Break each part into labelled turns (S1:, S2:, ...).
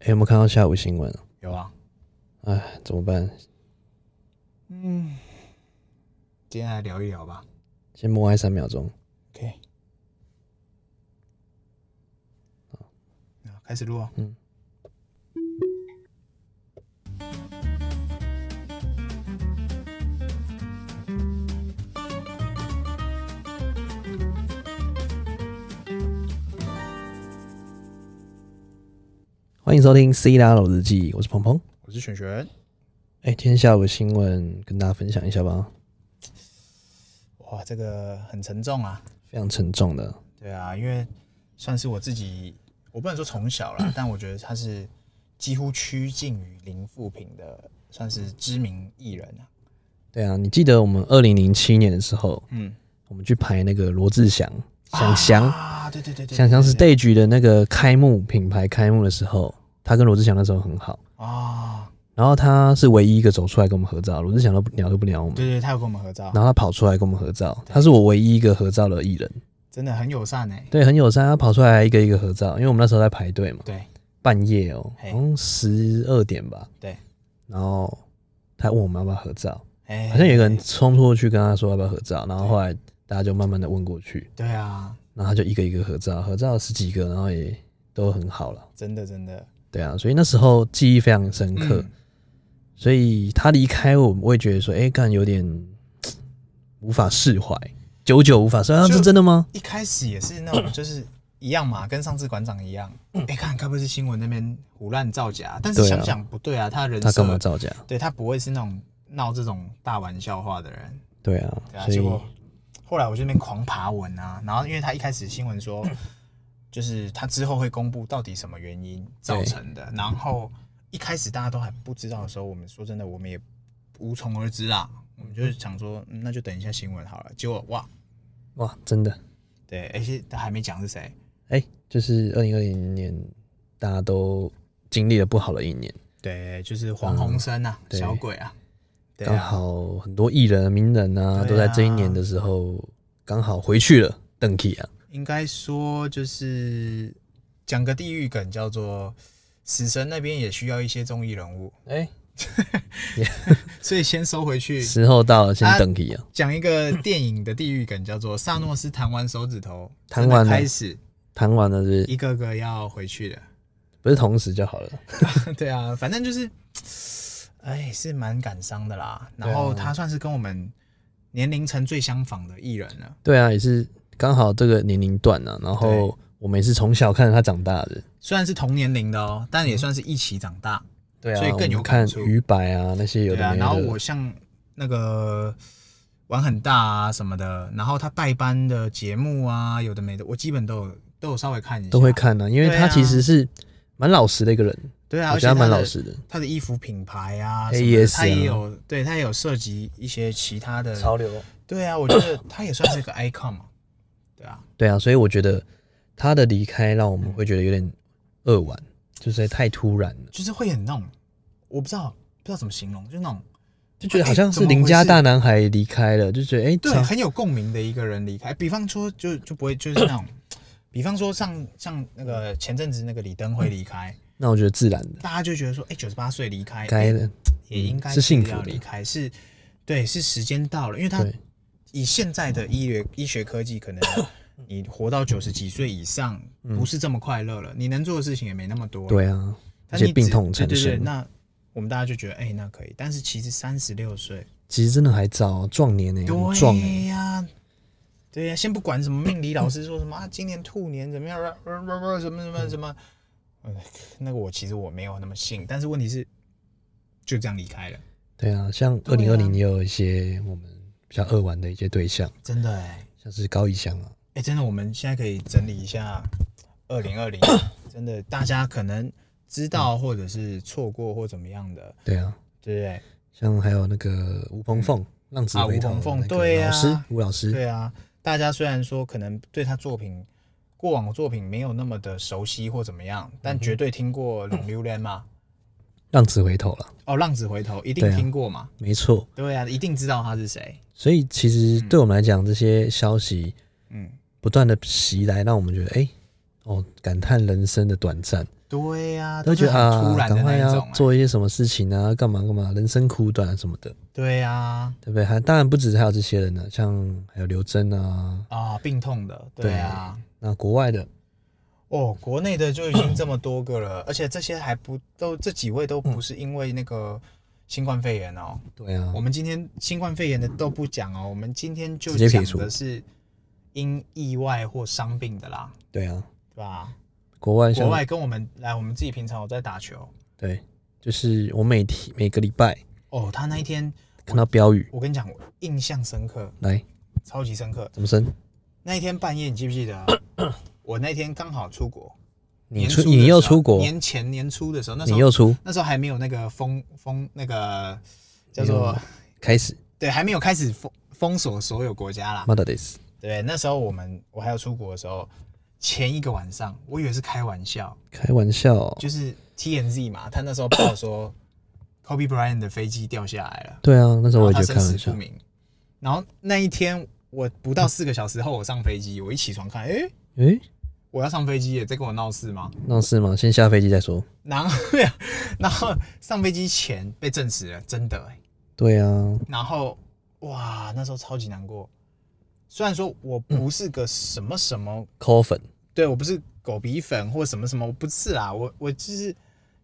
S1: 哎、有没有看到下午新闻啊？
S2: 有啊，
S1: 哎，怎么办？
S2: 嗯，今天来聊一聊吧。
S1: 先默哀三秒钟。
S2: OK，好，开始录啊。
S1: 嗯。欢迎收听《C 大佬日记》，我是鹏鹏。
S2: 我是璇璇。
S1: 哎、今天下午新闻跟大家分享一下吧，
S2: 哇，这个很沉重啊。
S1: 非常沉重的。
S2: 对啊，因为算是我自己，我不能说从小 啦，但我觉得他是几乎趋近于零负评的，算是知名艺人啊。
S1: 对啊，你记得我们二零零七年的时候，
S2: 嗯，
S1: 我们去排那个罗志祥，想祥。
S2: 啊，对对对对，
S1: 想象是
S2: 对
S1: Stage 的那个开幕品牌开幕的时候，他跟罗志祥那时候很好，
S2: 对啊，
S1: 然后他是唯一一个走出来跟我们合照，罗志祥都不鸟都不鸟我们，
S2: 对对，他有跟我们合照，
S1: 然后他跑出来跟我们合照，他是我唯一一个合照的艺人，
S2: 真的很友善哎。
S1: 对，很友善，他跑出来一个一个合照，因为我们那时候在排队嘛，
S2: 对
S1: 半夜哦、
S2: 嘿
S1: 好像十二点吧，
S2: 对，
S1: 然后他问我们要不要合照，
S2: 哎，
S1: 好像有一个人冲过去跟他说要不要合照，然后后来大家就慢慢的问过去，
S2: 对啊，
S1: 然后他就一个一个合照，合照了十几个，然后也都很好了。
S2: 真的真的
S1: 对啊，所以那时候记忆非常深刻。
S2: 嗯
S1: 所以他离开我，我也觉得说，哎、干有点嘖无法释怀，久久无法释怀、啊。
S2: 就是
S1: 真的吗？
S2: 一开始也是 那种，就是一样嘛，跟上次馆长一样。哎、看该不会是新闻那边胡乱造假？但
S1: 嗯
S2: 是
S1: 对啊
S2: 想想不对啊，他的人
S1: 他干嘛
S2: 设，
S1: 造假？
S2: 对他不会是那种闹这种大玩笑话的人。
S1: 对啊，
S2: 对啊，
S1: 所
S2: 结
S1: 以
S2: 果后来我就那边狂爬文啊，然后因为他一开始新闻说，
S1: 嗯
S2: 就是他之后会公布到底什么原因造成的，然后一开始大家都还不知道的时候，我们说真的，我们也无从而知啦。我们就是想说，嗯那就等一下新闻好了。结果哇，
S1: 哇，真的，
S2: 对，而且他还没讲是谁。
S1: 哎、就是二零二零年，大家都经历了不好的一年，
S2: 对，就是黄鸿升啊，
S1: 对
S2: 小鬼啊，对
S1: 刚、
S2: 啊，
S1: 好很多艺人啊、名人啊，
S2: 对啊
S1: 都在这一年的时候刚好回去了。邓启啊，
S2: 应该说就是讲个地狱梗，叫做死神那边也需要一些综艺人物，
S1: 哎、
S2: 所以先收回去。
S1: 时候到了，先
S2: 啊
S1: 邓启啊，
S2: 讲一个电影的地狱梗，叫做萨诺斯弹完手指头，
S1: 嗯弹完了
S2: 真的开始
S1: 谈完了是不是？
S2: 一个个要回去了。
S1: 不是同时就好了。
S2: 对啊，反正就是，哎，是蛮感伤的啦。然后
S1: 对啊
S2: 他算是跟我们年龄层最相仿的艺人了。
S1: 对啊，也是刚好这个年龄段啊，然后我们也是从小看着他长大的，
S2: 虽然是同年龄的哦，但也算是一起长大。
S1: 对啊，
S2: 所以更有
S1: 我们看
S2: 感触
S1: 鱼摆啊那些有的
S2: 对啊，
S1: 没
S2: 然后
S1: 的，
S2: 我像那个玩很大啊什么的，然后他代班的节目啊，有的没的，我基本都有都有稍微看一下，
S1: 都会。看啊，因为
S2: 对
S1: 他
S2: 啊
S1: 其实是蛮老实的一个人，
S2: 对啊，
S1: 我
S2: 而且
S1: 觉得他
S2: 他
S1: 蛮
S2: 的
S1: 老实的，
S2: 他的衣服品牌啊
S1: AES
S2: 什么的他
S1: 啊
S2: 也有，对他也有涉及一些其他的。
S1: 流。
S2: 对啊，我觉得他也算是个 icon 嘛。对啊，
S1: 对啊，所以我觉得他的离开让我们会觉得有点扼腕，就是太突然了，
S2: 就是会很那种，我不知道不知道怎么形容，就是那种
S1: 就觉得
S2: 哎
S1: 好像是
S2: 怎么
S1: 邻
S2: 回
S1: 家
S2: 事
S1: 大男孩离开了，就觉得哎，
S2: 对
S1: 操
S2: 很有共鸣的一个人离开。比方说就，就不会就是那种，比方说像像那个前阵子那个李登辉离开，
S1: 那我觉得自然的，
S2: 大家就觉得说，哎、9九十八岁离开，
S1: 该
S2: 哎
S1: 的，嗯
S2: 也应该
S1: 是幸
S2: 要
S1: 福的
S2: 离开，是，对，是时间到了，因为他
S1: 对嗯
S2: 以现在的医学医学科技，可 能你活到九十几岁以上，不是这么快乐了，你能做的事情也没那么多。，
S1: 嗯对啊，而
S2: 但
S1: 且
S2: 你
S1: 病
S2: 只
S1: 痛
S2: 对
S1: 产
S2: 对对，
S1: 生，
S2: 那我们大家就觉得，哎、那可以，但是其实三十六岁，
S1: 其实真的还早啊，壮年呢，很壮欸
S2: 对呀、对呀、先不管什么命理老师说什么啊，今年兔年怎么样，呃呃呃呃什么什么什么，呃那个我其实我没有那么信，但是问题是，就这样离开了，
S1: 对啊，像二
S2: 对
S1: 零
S2: 啊
S1: 二零也有一些我们比较恶玩的一些对象，
S2: 真的哎、
S1: 像是高以翔啊，
S2: 哎、真的，我们现在可以整理一下二零 二零，真的，大家可能知道或者是错过或怎么样的，
S1: 对啊，
S2: 对不对？
S1: 像还有那个吴鹏凤，浪子
S2: 啊
S1: 回
S2: 吴
S1: 头
S2: 鹏
S1: 的
S2: 凤
S1: 那个
S2: 对
S1: 老
S2: 啊
S1: 师吴老师，
S2: 对啊，大家虽然说可能对他作品过往的作品没有那么的熟悉或怎么样，但绝对听过《龙溜莲》嘛，
S1: 浪子回头了，
S2: 哦，《浪子回头》一定
S1: 对啊
S2: 听过嘛，
S1: 没错。
S2: 对啊，一定知道他是谁，
S1: 所以其实对我们来讲，这些消息
S2: 嗯，
S1: 不断的袭来，让我们觉得哎、哦，感叹人生的短暂，
S2: 对呀、
S1: 都
S2: 是
S1: 觉得
S2: 很
S1: 啊
S2: 突，然
S1: 赶
S2: 的那
S1: 快
S2: 一
S1: 要
S2: 种、欸，
S1: 做一些什么事情啊，干嘛干嘛，人生苦短什么的，
S2: 对呀、啊，
S1: 对不对？还当然不只是还有这些人呢、像还有刘真啊，
S2: 病痛的，对啊，
S1: 那国外的，
S2: 哦，国内的就已经这么多个了， 而且这些还不都这几位都不是因为那个新冠肺炎哦，
S1: 对啊
S2: 我，们今天新冠肺炎的都不讲哦，我们今天就
S1: 直接
S2: 讲
S1: 撇除
S2: 的是因意外或伤病的啦，
S1: 对啊，
S2: 对吧？
S1: 国外像
S2: 国外跟我们来，我们自己平常有在打球
S1: 对，就是我每天每个礼拜
S2: 哦，他那一天
S1: 看到标语，
S2: 我跟你讲，我印象深刻，
S1: 来
S2: 超级深刻。
S1: 怎么升？
S2: 那一天半夜，你记不 记得？啊我那天刚好出国，
S1: 你
S2: 年
S1: 出
S2: 初的
S1: 你又
S2: 时候
S1: 出国，
S2: 年前年初的时候，那时
S1: 你
S2: 候
S1: 又出，
S2: 那时候还没有那个封封那个叫
S1: 没
S2: 做
S1: 有开始
S2: 对，还没有开始封封锁所有国家啦。
S1: mother this，
S2: 对，那时候我们我还有出国的时候，前一个晚上，我以为是开玩笑，
S1: 开玩笑，
S2: 就是 TNZ 嘛，他那时候 报说 Kobe Bryant 的飞机掉下来了，
S1: 对啊，那时候
S2: 然
S1: 我
S2: 后
S1: 也
S2: 他
S1: 觉得
S2: 生
S1: 开
S2: 死
S1: 玩
S2: 不
S1: 笑，
S2: 明。然后那一天我不到四个小时后，我上飞机，我一起床看，诶，
S1: 诶，
S2: 我要上飞机耶，在跟我闹事吗？
S1: 那是吗？先下飞机再说。
S2: 然后然后上飞机前被证实了，真的哎。
S1: 对啊，
S2: 然后哇，那时候超级难过。虽然说我不是个什么什么
S1: 扣粉，
S2: 对我不是狗鼻粉或什么什么，我不是啦，我我就是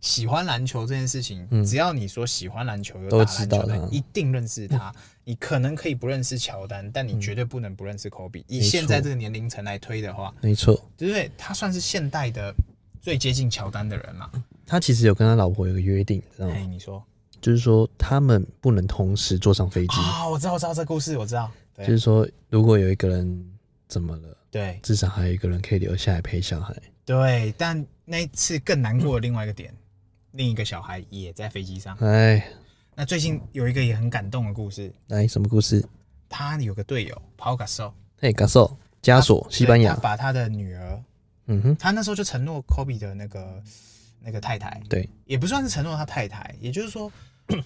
S2: 喜欢篮球这件事情。
S1: 嗯
S2: 只要你说喜欢篮球，有打
S1: 都
S2: 篮
S1: 知
S2: 球
S1: 道嗯
S2: 的
S1: 他，
S2: 一定认识他。你可能可以不认识乔丹，但你绝对不能不认识科比。以
S1: 嗯没
S2: 现在
S1: 错
S2: 这个年龄层来推的话，
S1: 没错。
S2: 对不对？他算是现代的最接近乔丹的人了。
S1: 他其实有跟他老婆有个约定，你知道
S2: 哎、
S1: 吗？
S2: 你说
S1: 就是说他们不能同时坐上飞机，
S2: 啊、我知道，我知道这故事，我知道。对、
S1: 就是说如果有一个人怎么了，
S2: 对
S1: 至少还有一个人可以留下来陪小孩。
S2: 对，但那一次更难过的另外一个点，另一个小孩也在飞机上。
S1: 哎，
S2: 那最近有一个也很感动的故事，
S1: 来什么故事？
S2: 他有个队友 Paul Gasol，
S1: 嘿，感受枷锁，西班
S2: 对
S1: 牙
S2: 他。把他的女儿，
S1: 嗯哼，
S2: 他那时候就承诺 Kobe 的那个那个太太，
S1: 对，
S2: 也不算是承诺他太太，也就是 说，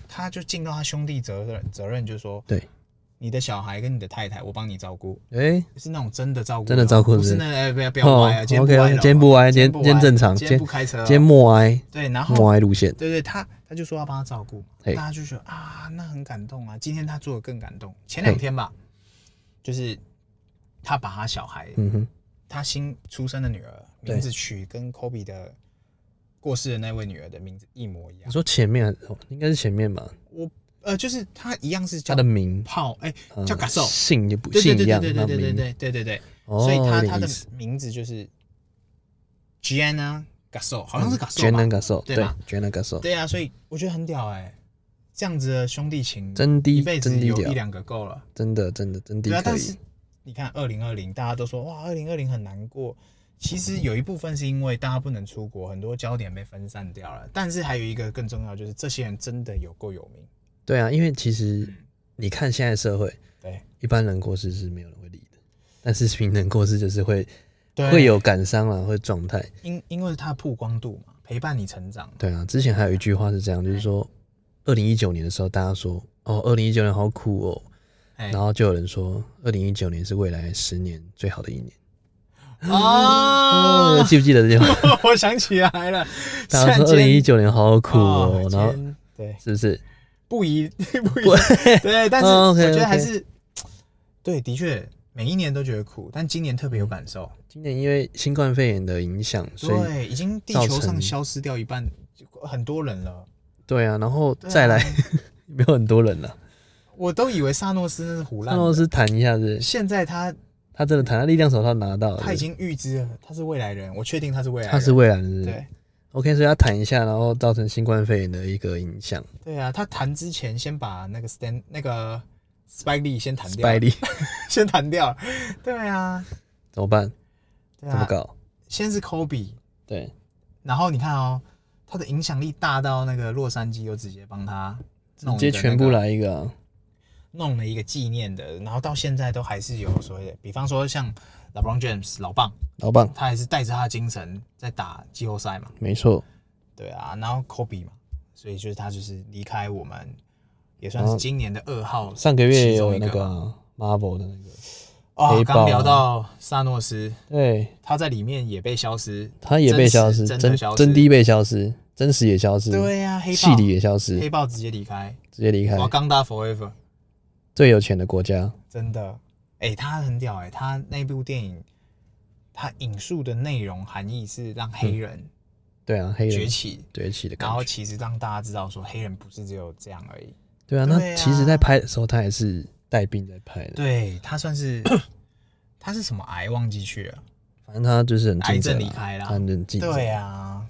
S2: 他就尽到他兄弟责任责任，就是说，
S1: 对，
S2: 你的小孩跟你的太太，我帮你照顾，
S1: 哎，
S2: 是那种真的照顾哦，
S1: 真的照顾
S2: 不是
S1: 是
S2: 那哎不要不要
S1: 哦
S2: 歪啊，今天不
S1: OK，OK，
S2: 歪了哦，
S1: 今天不歪今天
S2: 不
S1: 今天正常
S2: 今
S1: 今
S2: 天不开车哦，
S1: 今天默哀
S2: 对，然后
S1: 默哀路线，
S2: 哦对对，他他就说要帮他照顾，大
S1: 嘿
S2: 家就觉得啊，那很感动啊。今天他做的更感动。前两天吧，就是他把他小孩，
S1: 嗯哼，
S2: 他新出生的女儿
S1: 对
S2: 名字取跟 Kobe 的过世的那位女儿的名字一模一
S1: 你
S2: 样。
S1: 说前面还是哦应该是前面吧？
S2: 我呃，就是他一样是叫
S1: 他的名
S2: 泡，哎、
S1: 呃
S2: 叫 Gasol
S1: 姓也不
S2: 对对
S1: 姓一
S2: 对
S1: 样，
S2: 对对
S1: 那
S2: 对对对
S1: 名
S2: 对对对对，
S1: 哦，
S2: 所以他
S1: 有点
S2: 他的
S1: 意思
S2: 名字就是 Gianna Gasol，好像是 Gasol
S1: 全
S2: 吧
S1: 能？感受，
S2: 对
S1: 对
S2: 吧，
S1: 全能感受，
S2: 对啊，所以我觉得很屌哎、这样子的兄弟情，
S1: 真
S2: 一
S1: 低
S2: 辈子
S1: 真低
S2: 有
S1: 调
S2: 一，两个够了。
S1: 真的真的真的
S2: 对啊，
S1: 可
S2: 但
S1: 以
S2: 是。你看二零二零，大家都说哇，二零二零很难过。其实有一部分是因为大家不能出国，很多焦点被分散掉了。但是还有一个更重要，就是这些人真的有够有名。
S1: 对啊，因为其实你看现在社会，
S2: 对
S1: 一般人过世是没有人会理的，但是平等过世就是会
S2: 对，
S1: 会有感伤啊，会状态。
S2: 因因为他的曝光度嘛，陪伴你成长。
S1: 对啊，之前还有一句话是这样，就是说，二零一九年的时候，大家说哦，二零一九年好苦哦，
S2: 哎
S1: 然后就有人说，二零一九年是未来十年最好的一年。
S2: 啊
S1: 哦，，记不记得这句 话？
S2: 我想起来了，
S1: 大家说
S2: 瞬
S1: 二零一
S2: 间
S1: 九年好苦哦，
S2: 哦
S1: 然后
S2: 间对
S1: 是不是？
S2: 不宜 不宜，对，但 是
S1: 哦
S2: 我
S1: ，OK，OK
S2: 觉得还是对，的确每一年都觉得苦，但今年特别有感受。
S1: 今年因为新冠肺炎的影响，嗯所以
S2: 对，已经地
S1: 造
S2: 球上
S1: 成
S2: 消失掉一半，就很多人了。
S1: 对啊，然后
S2: 对啊
S1: 再来 没有很多人了。
S2: 我都以为萨诺斯那是胡
S1: 那
S2: 乱
S1: 罗
S2: 的，
S1: 斯谈一下是
S2: 现在他
S1: 他真的弹，他力量手套拿到了，
S2: 他已经预知了，他是未来人，我确定他是未来人。
S1: 他是未来人是不是
S2: 对
S1: OK，所以他弹一下，然后造成新冠肺炎的一个影响。
S2: 对啊，他弹之前先把那个 Stan 那个 Spike Lee 先弹掉，
S1: 拜利
S2: 先弹掉。对啊，
S1: 怎么办？
S2: 对
S1: 怎么
S2: 啊，
S1: 搞？
S2: 先是 Kobe，
S1: 对，
S2: 然后你看哦，他的影响力大到那个洛杉矶又直接帮他
S1: 直
S2: 弄一个
S1: 接全部
S2: 那个
S1: 来一个啊、
S2: 弄了一个纪念的，然后到现在都还是有所谓的，比方说像 LeBron James 老棒，
S1: 老棒，
S2: 他还是带着他的精神在打季后赛嘛，
S1: 没错，
S2: 对啊，然后 Kobe 嘛，所以就是他就是离开我们，也算是今年的二号，
S1: 上个月也
S2: 其中
S1: 有
S2: 一
S1: 那
S2: 个
S1: 个啊 Marvel 的那个
S2: 哦
S1: 黑，豹啊
S2: 刚聊到萨诺斯，
S1: 对，
S2: 他在里面也被消失，
S1: 他也被消失，
S2: 真实
S1: 真
S2: 的消失
S1: 真的被消失，真实也消失，
S2: 对呀、黑
S1: 戏
S2: 豹
S1: 里也消失，
S2: 黑豹直接离开，
S1: 直接离开
S2: 瓦冈达 forever，
S1: 最有钱的国家。
S2: 真的，哎、他很屌哎、他那部电影，他引述的内容含义是让黑人
S1: 对啊，黑
S2: 崛
S1: 人
S2: 起，
S1: 崛起的感
S2: 然后
S1: 觉。
S2: 其实让大家知道说黑人不是只有这样而已，
S1: 对啊，
S2: 对
S1: 那
S2: 啊
S1: 其实在拍的时候，他也是带病在拍的，
S2: 对他 算是他是什么癌忘记去了，
S1: 反正他就是很
S2: 癌
S1: 尽责
S2: 症
S1: 啦
S2: 离开啦
S1: 他很尽责。
S2: 对啊，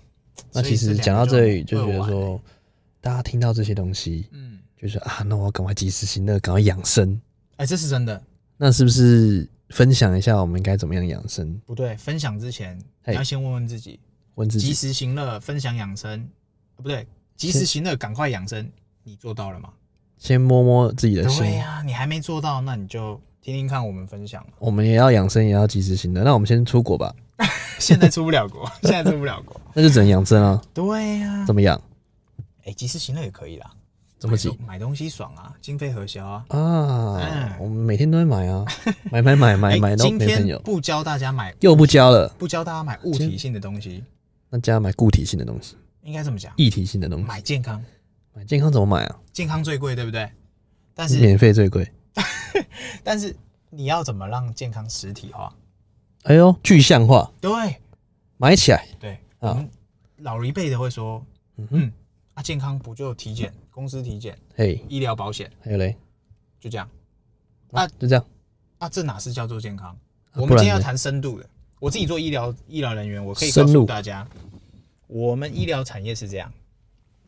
S1: 那其
S2: 所
S1: 实
S2: 以
S1: 讲到这里，
S2: 两个
S1: 就觉
S2: 很
S1: 得
S2: 扼腕欸，
S1: 说，大家听到这些东西，
S2: 嗯，
S1: 就是啊，那我要赶快及时行乐，赶快养生。
S2: 哎、这是真的，
S1: 那是不是分享一下我们该怎么样养生？
S2: 不对，分享之前
S1: 嘿
S2: 你要先问问自己，
S1: 问自
S2: 及
S1: 己，
S2: 时行乐，分享养生，呃不对，及时行乐，赶快养生，你做到了吗？
S1: 先摸摸自己的心
S2: 对。啊呀、你还没做到，那你就听听看我们分享嘛。
S1: 我们也要养生，也要及时行乐。那我们先出国吧，
S2: 现在出不 了国，现在出不了国。
S1: 那就只能养生啊。
S2: 对呀、
S1: 怎么养？
S2: 哎、及时行乐也可以啦，
S1: 怎么挤
S2: 买东买东西爽啊，经费核销啊。
S1: 啊
S2: 嗯？
S1: 我们每天都会买啊，买买买买
S2: 哎
S1: 买都
S2: 今
S1: 没朋
S2: 天
S1: 友，
S2: 不教大家买，
S1: 又不教了，
S2: 不教大家买物体性的东西，
S1: 那加买固体性的东西，
S2: 应该这么讲，
S1: 液体性的东西。
S2: 买健康，
S1: 买健康怎么买啊？
S2: 健康最贵，对不对？但是
S1: 免费最贵。
S2: 但是你要怎么让健康实体化？
S1: 哎呦，具象化，
S2: 对
S1: 买起来。
S2: 对，
S1: 啊
S2: 我们老一辈的会说，
S1: 嗯哼，
S2: 嗯，啊，健康不就体检、公司体检、
S1: 嘿，
S2: 医疗保险，
S1: 还有嘞，
S2: 就这样。
S1: 啊，
S2: 啊
S1: 就这样。
S2: 啊，这哪是叫做健康？
S1: 啊
S2: 我
S1: 不
S2: 们
S1: 然
S2: 今天要
S1: 呢
S2: 谈深度的。我自己做医疗医疗人员，我可以
S1: 深
S2: 告
S1: 入
S2: 诉大家，我们医疗产业是这样，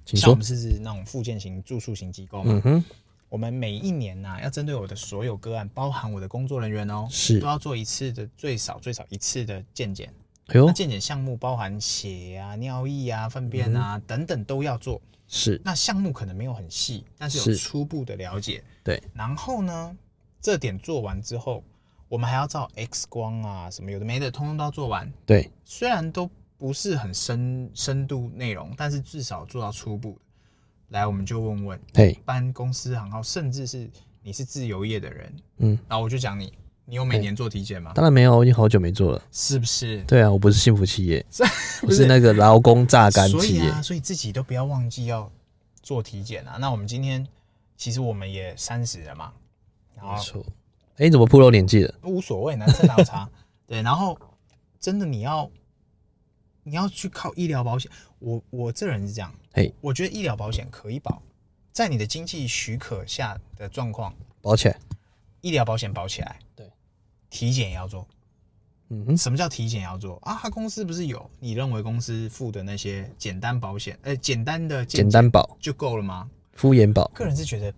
S1: 请
S2: 像我
S1: 说
S2: 们。是那种附件型、住宿型机构嘛，
S1: 嗯哼，
S2: 我们每一年呐、要针对我的所有个案，包含我的工作人员哦，
S1: 是
S2: 都。要做一次的最少最少一次的健检。
S1: 哎呦
S2: 那，健检项目包含血啊、尿液啊、粪便啊、
S1: 嗯
S2: 等等都要做。
S1: 是
S2: 那项目可能没有很细，但是有
S1: 是
S2: 初步的了解。
S1: 对。
S2: 然后呢，这点做完之后，我们还要照 X 光啊，什么有的没的，通通都要做完。
S1: 对，
S2: 虽然都不是很深深度内容，但是至少做到初步。来，我们就问问，
S1: 嘿
S2: 一，般公司行号，甚至是你是自由业的人，
S1: 嗯，
S2: 然后我就讲你，你有每年做体检吗？
S1: 当然没有，我已经好久没做了。
S2: 是不是？
S1: 对啊，我不是幸福企业， 我
S2: 不
S1: 是
S2: 是啊
S1: 那个劳工榨干
S2: 所
S1: 企
S2: 以
S1: 业
S2: 啊，。所以自己都不要忘记要做体检啊。那我们今天其实我们也三十了嘛，然
S1: 没
S2: 后
S1: 错。哎，你怎么暴露年纪了？
S2: 无所谓，男生哪有差？ 对，然后真的你要你要去靠医疗保险，我我这人是这样，
S1: 嘿，
S2: 我觉得医疗保险可以保，在你的经济许可下的状况，
S1: 包起来。
S2: 医疗保险保起来，
S1: 对，
S2: 体检也要做。
S1: 嗯哼，
S2: 什么叫体检要做啊？他公司不是有你认为公司付的那些简单保险，呃，简单的健
S1: 简单保，
S2: 就够了吗？
S1: 敷衍保，
S2: 个人是觉得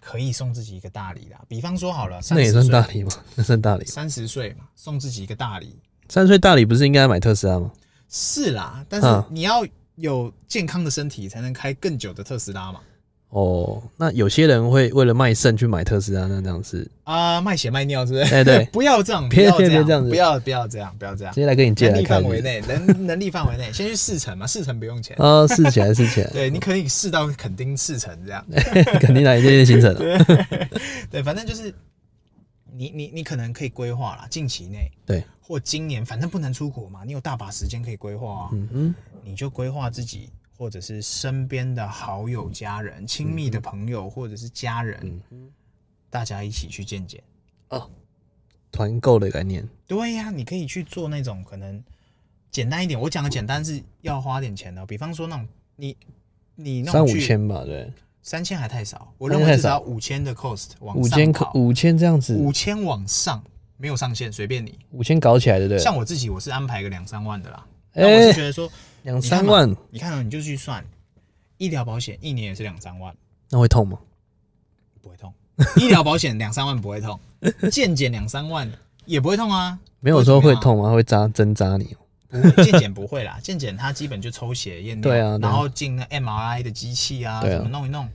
S2: 可以送自己一个大礼啦，比方说好了，
S1: 那也
S2: 30
S1: 算
S2: 岁
S1: 大礼吗？ 那算大礼。
S2: 三十岁嘛，送自己一个大礼
S1: 三十岁大礼不是应该买特斯拉吗？
S2: 是啦，但是
S1: 嗯
S2: 你要有健康的身体，才能开更久的特斯拉嘛。
S1: 哦，那有些人会为了卖肾去买特斯拉，那这样是
S2: 啊，卖血卖尿是不是？
S1: 哎对
S2: 不要这样，不
S1: 别
S2: 要
S1: 别
S2: 这样，
S1: 别这样子
S2: 不要不要这样，不要这样
S1: 直。接来跟你借
S2: 能
S1: 来
S2: 力
S1: 看
S2: 范
S1: 是不
S2: 围
S1: 是。
S2: 内，能 能力范围内，先去试乘嘛，试乘不用钱。
S1: 啊，试起来，试起来，
S2: 对，你可以试到肯定试乘 这样。
S1: 肯定来这些行程啊了。
S2: 对，反正就是你你你可能可以规划啦，近期内
S1: 对，
S2: 或今年，反正不能出国嘛，你有大把时间可以规划啊，
S1: 嗯嗯，
S2: 你就规划自己或者是身边的好友、家人、亲密
S1: 嗯
S2: 的朋友或者是家人，大家一起去见见。
S1: 团购的概念，
S2: 对呀、你可以去做那种可能简单一点，我讲的简单是要花点钱的哦，比方说那种你你那
S1: 三
S2: 种
S1: 五
S2: 去
S1: 千吧，对，
S2: 三千还太少，我
S1: 三
S2: 认
S1: 千
S2: 为
S1: 太
S2: 至少
S1: 少
S2: 五千的 cost 往
S1: 五
S2: 上
S1: 千
S2: 跑
S1: 五千这样子，
S2: 五千往上没有上限，随便你。
S1: 五千搞起来的，对，
S2: 像我自己，我是安排个两三万的啦。但我是
S1: 哎，
S2: 觉得说，
S1: 两三万，
S2: 你看啊，你就去算，医疗保险一年也是两三万，
S1: 那会痛吗？
S2: 不会痛。 医疗保险两三万不会痛，健检两三万也不会痛啊。
S1: 没有说会痛吗？会扎针扎你哦，
S2: 不会，健检不会啦， 健检它基本就抽血验尿，
S1: 对啊对啊
S2: 然后进那 MRI 的机器啊，
S1: 对啊
S2: 怎么弄一弄。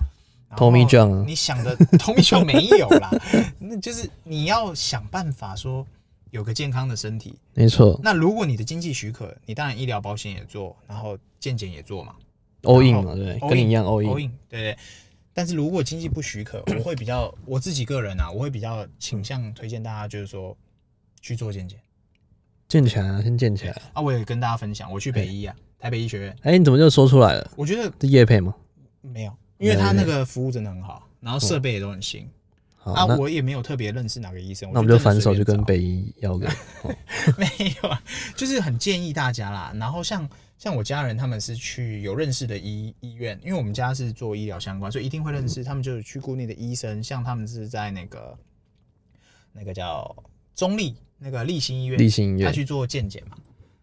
S2: 然后
S1: Tommy John 啊
S2: 你想的 Tommy John 没有啦， 那就是你要想办法说有个健康的身体，
S1: 没错
S2: 那如果你的经济许可，你当然医疗保险也做，然后健检也做嘛
S1: ，all in
S2: 然后
S1: 嘛，对，
S2: all
S1: 跟你
S2: in，
S1: 一样 all
S2: ，all
S1: in，
S2: in，对不对？但是如果经济不许可，我会比较我自己个人啊，我会比较倾向推荐大家就是说去做健检
S1: 建起来啊，先建起来啊。
S2: 啊。我也跟大家分享，我去北医啊，台北医学院，
S1: 哎、你怎么就说出来了？
S2: 我觉得
S1: 这叶配吗？
S2: 没有，因为他那个服务真的很好，然后设备也都很新。
S1: 嗯好，
S2: 啊，
S1: 那
S2: 我也没有特别认识哪个医生，
S1: 那我们
S2: 就
S1: 就
S2: 真
S1: 反
S2: 的
S1: 手
S2: 随便
S1: 去跟
S2: 找
S1: 北医要个。哦
S2: 没有啊，就是很建议大家啦。然后像像我家人他们是去有认识的医医院，因为我们家是做医疗相关，所以一定会认识。他们就是去固定的医生，像他们是在那个那个叫中立那个立新医院，
S1: 立新医院
S2: 他去做健检嘛，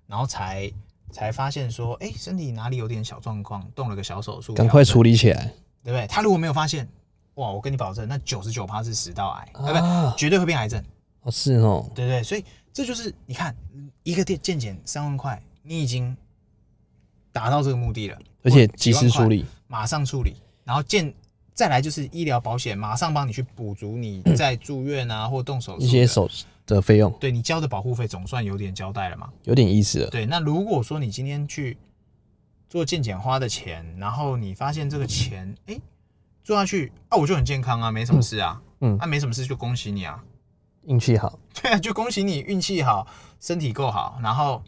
S2: 然后才才发现说，哎、身体哪里有点小状况，动了个小手术，
S1: 赶快
S2: 出，
S1: 处理起来
S2: 对不对？他如果没有发现，哇，我跟你保证，那九十九趴是食道癌，啊不，
S1: 啊！
S2: 绝对会变癌症。
S1: 哦，是哦，
S2: 对对，所以这就是你看一个店健检三万块，你已经达到这个目的了，
S1: 而且
S2: 或
S1: 及时处，
S2: 几万块
S1: 理，
S2: 马上处理，然后健再来就是医疗保险，马上帮你去补 足你在住院啊或动手术
S1: 一些
S2: 的，
S1: 手的费用
S2: 对你交的保护费总算有点交代了嘛。
S1: 有点意思了。
S2: 对，那如果说你今天去做健检花的钱，然后你发现这个钱，哎、做下去啊，我就很健康啊，没什么事啊，
S1: 嗯
S2: 啊没什么事就恭喜你啊，
S1: 运气好，
S2: 对啊，就恭喜你运气好，身体够好，然后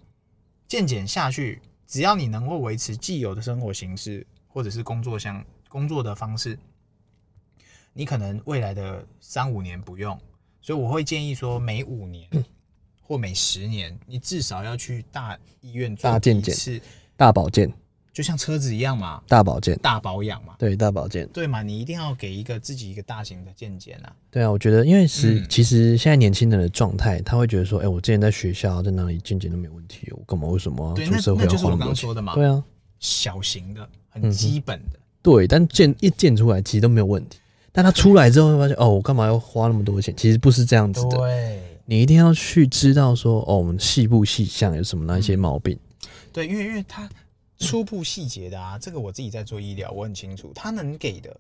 S2: 渐渐下去，只要你能够维持既有的生活形式，或者是工作相工作的方式，你可能未来的三五年不用。所以我会建议说，每五 年或每十年，你至少要去大医院做
S1: 大健
S2: 一
S1: 检
S2: 次，
S1: 大保健，
S2: 就像车子一样嘛，
S1: 大保健，
S2: 大保养嘛，
S1: 对，大保健。
S2: 对嘛，你一定要给一个自己一个大型的健检啊。
S1: 对啊，我觉得因为是、
S2: 嗯
S1: 其实现在年轻人的状态，他会觉得说，哎、我之前在学校在哪里健检都没有问题，我干嘛为什么要啊
S2: 对，
S1: 出
S2: 那
S1: 社会
S2: 那
S1: 要
S2: 就是
S1: 花
S2: 我
S1: 那
S2: 刚
S1: 么多
S2: 刚
S1: 钱？
S2: 说的嘛，
S1: 对啊，嗯
S2: 小型的，很基本的。
S1: 对，但建一建出来其实都没有问题，但他出来之后会发现，哦，我干嘛要花那么多钱？其实不是这样子的，
S2: 对
S1: 你一定要去知道说，哦，我们细部细项有什么那一
S2: 嗯
S1: 些毛病，
S2: 对，因为因为它初步细节的啊，这个我自己在做医疗，我很清楚，它能给的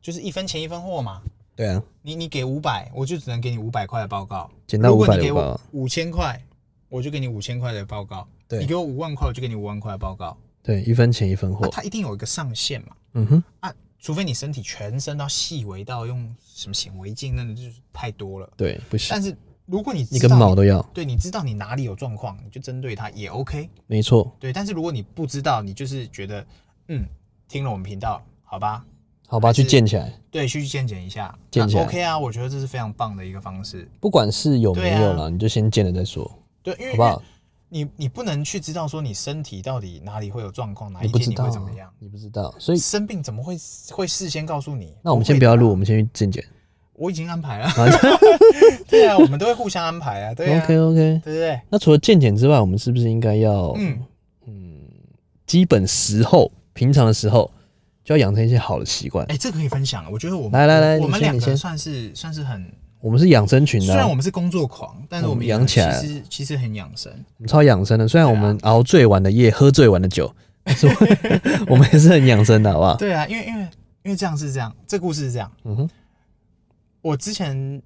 S2: 就是一分钱一分货嘛。
S1: 对啊，
S2: 你你给五百，我就只能给你五百块的报告。
S1: 捡到
S2: 如果
S1: 500
S2: 你给
S1: 的报
S2: 我
S1: 告
S2: 五千块，我就给你五千块的报告。
S1: 对
S2: 你给我五万块，我就给你五万块的报告。
S1: 对，一分钱一分货，
S2: 啊它一定有一个上限嘛。
S1: 嗯哼，
S2: 啊，除非你身体全身到细微到用什么显微镜，那就是太多了。
S1: 对，不行，
S2: 但是如果你知
S1: 一根
S2: 道
S1: 毛
S2: 你
S1: 都要，
S2: 对，你知道你哪里有状况，你就针对它也 OK。
S1: 没错，
S2: 对，但是如果你不知道，你就是觉得，嗯，听了我们频道，好吧，
S1: 好吧，
S2: 还是
S1: 去建起来，
S2: 对，去健检一下，
S1: 健
S2: 那
S1: 检
S2: OK 啊，我觉得这是非常棒的一个方式。
S1: 不管是有没有
S2: 对啊
S1: 啦，你就先建了再说，
S2: 对，啊因为
S1: 好不好？
S2: 你你不能去知道说你身体到底哪里会有状况，哪一
S1: 你不
S2: 天
S1: 知
S2: 你
S1: 道
S2: 会
S1: 啊
S2: 怎么样，，
S1: 你不知道，所以
S2: 生病怎么会会事先告诉你？
S1: 那我们先
S2: 会
S1: 不
S2: 的
S1: 要
S2: 啊
S1: 录，我，们先去健检。
S2: 我已经安排了。 对啊，我们都会互相安排啊，对啊，
S1: OK
S2: 对
S1: OK，
S2: 不对？
S1: 那除了健检之外，我们是不是应该要
S2: 嗯，
S1: 基本时候、平常的时候就要养成一些好的习惯？
S2: 哎，这可以分享啊，我觉得我们
S1: 来来来
S2: 我们
S1: 你先
S2: 两
S1: 你
S2: 个
S1: 先
S2: 算是算是很
S1: 我们是养生群
S2: 虽
S1: 的啊、
S2: 然我
S1: 我
S2: 们是工作狂，但是
S1: 我
S2: 我
S1: 们
S2: 们
S1: 养
S2: 也
S1: 起来
S2: 其实其实很养生。
S1: 们超养生的。虽然我
S2: 对啊
S1: 们熬最晚的夜、喝最晚的 酒，但是我 我们也是很养生的，好不好？
S2: 对啊，因为因为因为这样是这样，这故事是这样。
S1: 嗯哼，
S2: 我之前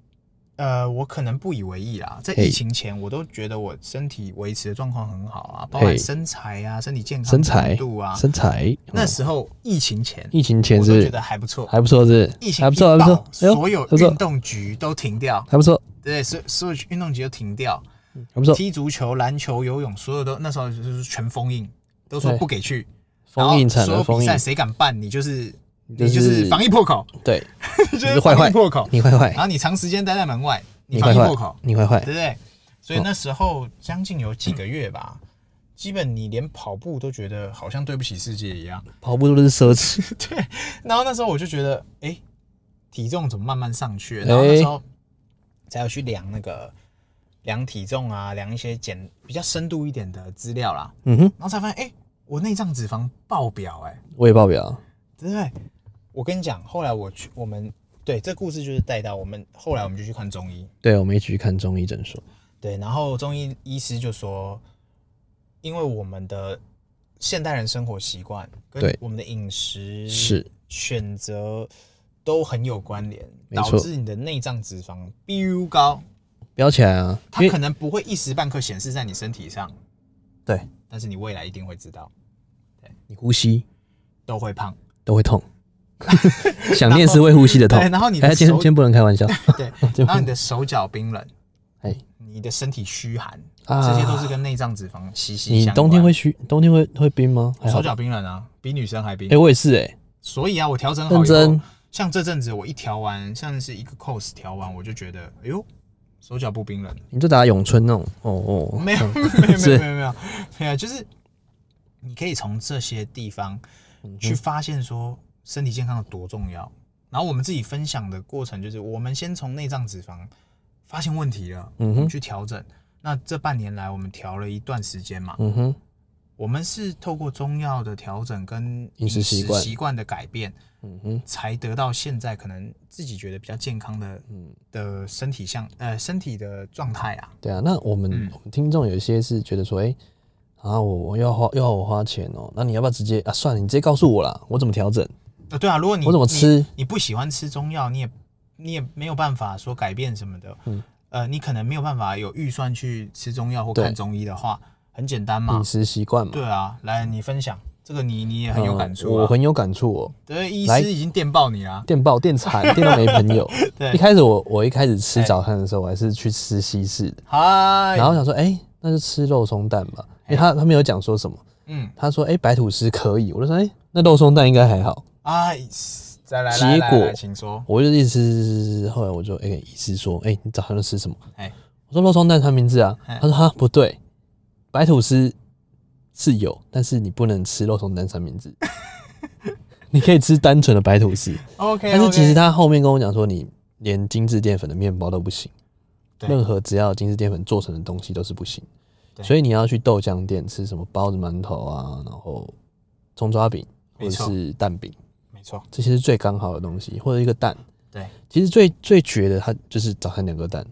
S2: 呃，我可能不以为意啦，在
S1: 嘿
S2: 疫情前，我都觉得我身体维持的状况很好啊，包含
S1: 嘿
S2: 身材啊、身体健康
S1: 身材
S2: 程度啊。
S1: 身材，
S2: 那
S1: 嗯
S2: 时候疫情前，
S1: 疫情前
S2: 我都
S1: 是
S2: 觉得还不错。
S1: 还不错，是不
S2: 疫
S1: 是
S2: 情
S1: 还不错，
S2: 一
S1: 还不
S2: 爆
S1: 错，哎呦
S2: 所有
S1: 还不
S2: 运
S1: 错，
S2: 动局都停掉，
S1: 还不错，
S2: 对，所所有运动局都停掉，
S1: 还不错，
S2: 踢足球、篮球、游泳，所有都那时候就是全封印，都说
S1: 对
S2: 不给去。然后
S1: 封印产
S2: 所有
S1: 了封
S2: 比
S1: 印
S2: 赛，谁敢办，你就是你
S1: 就是
S2: 就是防疫破口，
S1: 对，
S2: 你
S1: 你是坏
S2: 防
S1: 坏
S2: 疫破口。
S1: 你坏坏
S2: 然，后你长时间待在门外，啊你
S1: 你
S2: 防
S1: 坏
S2: 疫
S1: 坏
S2: 破口，，
S1: 你坏
S2: 对
S1: 坏，
S2: 不对？所以那时候将近有几个月吧，基本你连跑步都觉得好像对不起世界一样。
S1: 跑步都是奢 侈，
S2: 然后那时候我就觉得，哎，体重怎么慢慢上去了？然后那时候才有去量那个量体重啊，量一些简比较深度一点的资料啦。
S1: 嗯哼，
S2: 然后才发现，哎，我内脏脂肪爆表、哎，
S1: 我也爆表，
S2: 对不对？我跟你讲，后来我去我们对这故事就是带到我们后来我们就去看中医，
S1: 对，我们一起去看中医诊所，
S2: 对，然后中医医师就说，因为我们的现代人生活习惯跟
S1: 对
S2: 我们的饮食
S1: 是
S2: 选择都很有关联，
S1: 没
S2: 导
S1: 错
S2: 致你的内脏脂肪飙高，
S1: 飙起来啊，
S2: 它
S1: 因
S2: 可
S1: 为
S2: 能不会一时半刻显示在你身体上，
S1: 对
S2: 但是你未来一定会知道，
S1: 你呼吸
S2: 都会胖。
S1: 都会痛，想念是会呼吸的痛。
S2: 对然后你的
S1: 哎，今天
S2: 手
S1: 今天不能开玩笑
S2: 对，
S1: 就
S2: 然后你的手脚冰冷，
S1: 哎
S2: 你的身体虚寒，
S1: 啊
S2: 这些都是跟内脏脂肪息息
S1: 你
S2: 相关。
S1: 冬天会虚，冬天会会冰吗？还好
S2: 手
S1: 吧。
S2: 脚冰冷啊，比女生还冰。
S1: 哎，我也是哎，
S2: 所以啊，我调整好
S1: 认
S2: 以后
S1: 真，
S2: 像这阵子我一调完，像是一个 cos 调完，我就觉得，哎呦，手脚不冰冷。
S1: 你就打咏春那种。哦哦，
S2: 没 有，没有，没有，没有，没有没有，没有，就是你可以从这些地方
S1: 嗯
S2: 去发现说身体健康有多重要。然后我们自己分享的过程就是，我们先从内脏脂肪发现问题了，
S1: 嗯哼
S2: 我们去调整。那这半年来，我们调了一段时间嘛，
S1: 嗯哼，
S2: 我们是透过中药的调整跟
S1: 饮食习惯
S2: 习惯的改变，
S1: 嗯哼，
S2: 才得到现在可能自己觉得比较健康的
S1: 嗯，
S2: 的身体像呃身体的状态啊。
S1: 对啊。那我们
S2: 嗯
S1: 我们听众有一些是觉得说，哎，啊，我我要花又要我花钱哦，那你要不要直接啊？算了，你直接告诉我啦，我怎么调整？
S2: 呃，对啊，如果你
S1: 我怎么吃
S2: 你，你不喜欢吃中药，你也你也没有办法说改变什么的。
S1: 嗯
S2: 呃，你可能没有办法有预算去吃中药或
S1: 对嗯
S2: 看中医的话，很简单嘛
S1: 饮。食习惯嘛，
S2: 对啊，来你分享这个你，你也很有感触、
S1: 嗯
S2: 啊
S1: 我很有感触哦。
S2: 对，医
S1: 来
S2: 师已经电报你啦。
S1: 电报、电惨，电到没朋友。
S2: 对
S1: 一开始我我一开始吃
S2: 哎
S1: 早餐的时候，我还是去吃西式的，
S2: 嗨，
S1: 然后想说，哎、那就吃肉松蛋吧。因为
S2: 哎
S1: 他他没有讲说什么，
S2: 嗯，
S1: 他说，哎、白吐司可以，我就说，哎、那肉松蛋应该还好。
S2: 哎，再来，
S1: 结
S2: 来来
S1: 果
S2: 来请说。
S1: 我就一直吃吃吃吃，后来我就哎、医师说，哎、你早上吃什么？
S2: 哎，
S1: 我说肉松蛋三明治啊。
S2: 哎
S1: 他说哈不对，白吐司是有，但是你不能吃肉松蛋三明治， 你可以吃单纯的白吐司。
S2: OK，
S1: 但是其实他后面跟我讲说，你连精致淀粉的面包都不行，
S2: 对
S1: 任何只要有精致淀粉做成的东西都是不行。
S2: 对
S1: 所以你要去豆浆店吃什么包子、馒头啊，然后葱抓饼或
S2: 没
S1: 者
S2: 错
S1: 是蛋饼，
S2: 没错，
S1: 这些是最刚好的东西，或者一个蛋。
S2: 对，
S1: 其实最最绝的，它就是早餐两个蛋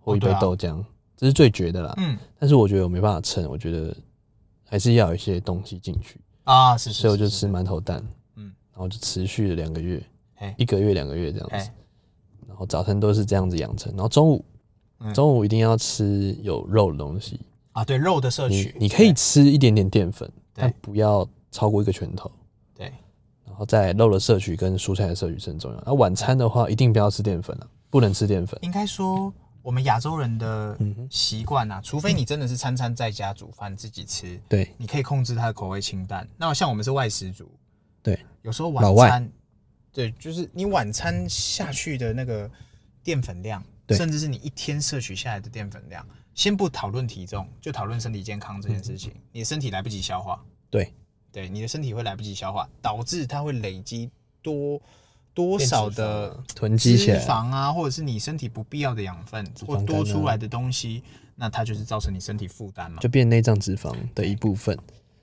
S1: 或一
S2: 哦
S1: 杯
S2: 对啊
S1: 豆浆，这是最绝的啦。
S2: 嗯
S1: 但是我觉得我没办法撑，我觉得还是要有一些东西进去，
S2: 啊，是，是
S1: 所以我就是
S2: 是
S1: 吃馒头蛋，
S2: 嗯，
S1: 然后就持续了两个月
S2: 哎，
S1: 一个月两个月这样子
S2: 哎。
S1: 然后早餐都是这样子养成，然后中午
S2: 嗯
S1: 中午一定要吃有肉的东西，
S2: 啊，对肉的摄
S1: 你
S2: 取，
S1: 你可以吃一点点淀粉，
S2: 对
S1: 但不要超过一个拳头。
S2: 对
S1: 然后再来肉的摄取跟蔬菜的摄取是很重要。那晚餐的话，一定不要吃淀粉了，不能吃淀粉。
S2: 应该说，我们亚洲人的
S1: 嗯哼
S2: 习惯啊，除非你真的是餐餐在家煮饭自己吃，
S1: 对
S2: 你可以控制它的口味清淡。那像我们是外食族，
S1: 对，
S2: 有时候
S1: 老
S2: 晚
S1: 外
S2: 餐，对，就是你晚餐下去的那个淀粉量，
S1: 对
S2: 甚至是你一天摄取下来的淀粉量，先不讨论体重，就讨论身体健康这件事情，你的身体来不及消化，
S1: 嗯对，
S2: 对，你的身体会来不及消化，导致它会累积多多少的
S1: 囤啊积起
S2: 脂
S1: 来，
S2: 肪啊，或者是你身体不必要的养分
S1: 肪
S2: 或
S1: 肝啊
S2: 多出来的东西，那它就是造成你身体负担嘛
S1: 就。变内脏脂肪的一部分。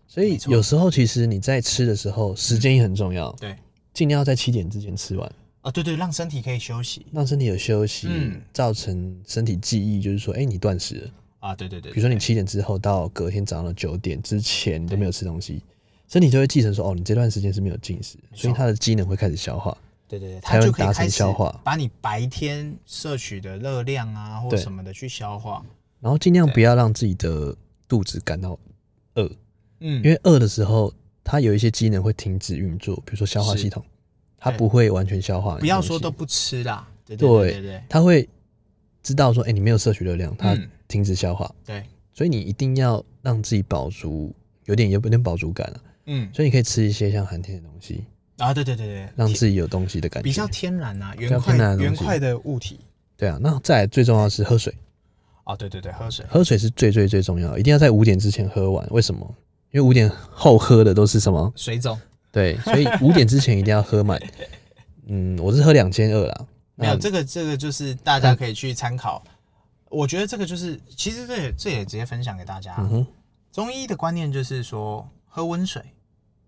S1: 所以
S2: 没错
S1: 有时候其实你在吃的时候，时间也很重要，
S2: 对，
S1: 尽量要在七点之前吃完，
S2: 啊，对对，让身体可以休息
S1: 让身体有休息
S2: 嗯，
S1: 造成身体记忆，就是说，哎，你断食了。
S2: 啊，对对对。
S1: 比如说你七点之后到隔天早上的九点之前你都没有吃东西，身体就会继承说哦，你这段时间是没有进食，
S2: 错
S1: 所以它的机能会开始消化。
S2: 对对对，
S1: 才
S2: 它
S1: 能
S2: 就可以
S1: 达成
S2: 开始
S1: 消化
S2: 把你白天摄取的热量啊或
S1: 对
S2: 什么的去消化。
S1: 然后尽量
S2: 对
S1: 不要让自己的肚子感到饿，
S2: 嗯，
S1: 因为饿的时候它有一些机能会停止运作，比如说消化
S2: 是
S1: 系统，它
S2: 对
S1: 不会完全消化。
S2: 不要说都不吃啦。对对
S1: 对
S2: 对对
S1: 它会知道说，哎、你没有摄取热量，它
S2: 嗯
S1: 停止消化，
S2: 对，
S1: 所以你一定要让自己饱足，有点有点饱足感了、啊
S2: 嗯
S1: 所以你可以吃一些像寒天的东西，
S2: 啊，对对对对，
S1: 让
S2: 天
S1: 自己有东西的感觉。
S2: 比较天然啊，
S1: 较
S2: 圆块
S1: 天然的东
S2: 圆
S1: 西
S2: 块的物体
S1: 对啊，那再来最重要的是喝水，
S2: 啊，对对对，喝水
S1: 喝水是最最最重要的，一定要在五点之前喝完。为什么？因为五点后喝的都是什么？
S2: 水肿
S1: 对，所以五点之前一定要喝满。 嗯，我是喝两千二啦。
S2: 没有
S1: 那
S2: 这个，这个就是大家可以去参考。我觉得这个就是，其实这也这也直接分享给大家。
S1: 嗯哼，
S2: 中医的观念就是说，喝温水。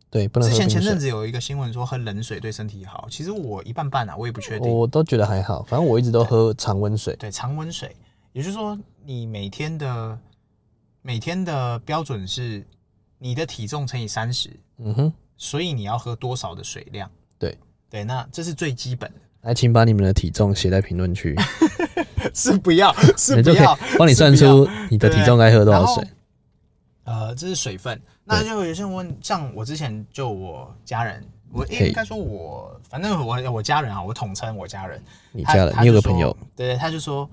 S1: 对，不能
S2: 之
S1: 喝
S2: 前
S1: 冰
S2: 前阵
S1: 水。
S2: 子有一个新闻说喝冷水对身体好，其实我一半半啊，我也不确定。
S1: 我都觉得还好，反正我一直都喝常温水。
S2: 对，常温水，也就是说你每天的每天的标准是你的体重乘以三十，
S1: 嗯哼，
S2: 所以你要喝多少的水量？
S1: 对
S2: 对，那这是最基本的，
S1: 来，请把你们的体重写在评论区，
S2: 是不要，是
S1: 你
S2: 不
S1: 就可
S2: 要
S1: 以帮你
S2: 是
S1: 算
S2: 不要
S1: 出你的体重该喝多少水。
S2: 呃，这是水分。那
S1: 对
S2: 就有些人问，像我之前就我家人，我
S1: 嘿
S2: 应该说我，反正我我家人啊，我统称我家人。
S1: 你
S2: 他
S1: 家人，
S2: 他
S1: 你有个
S2: 就
S1: 朋
S2: 说
S1: 友，
S2: 对，他就说，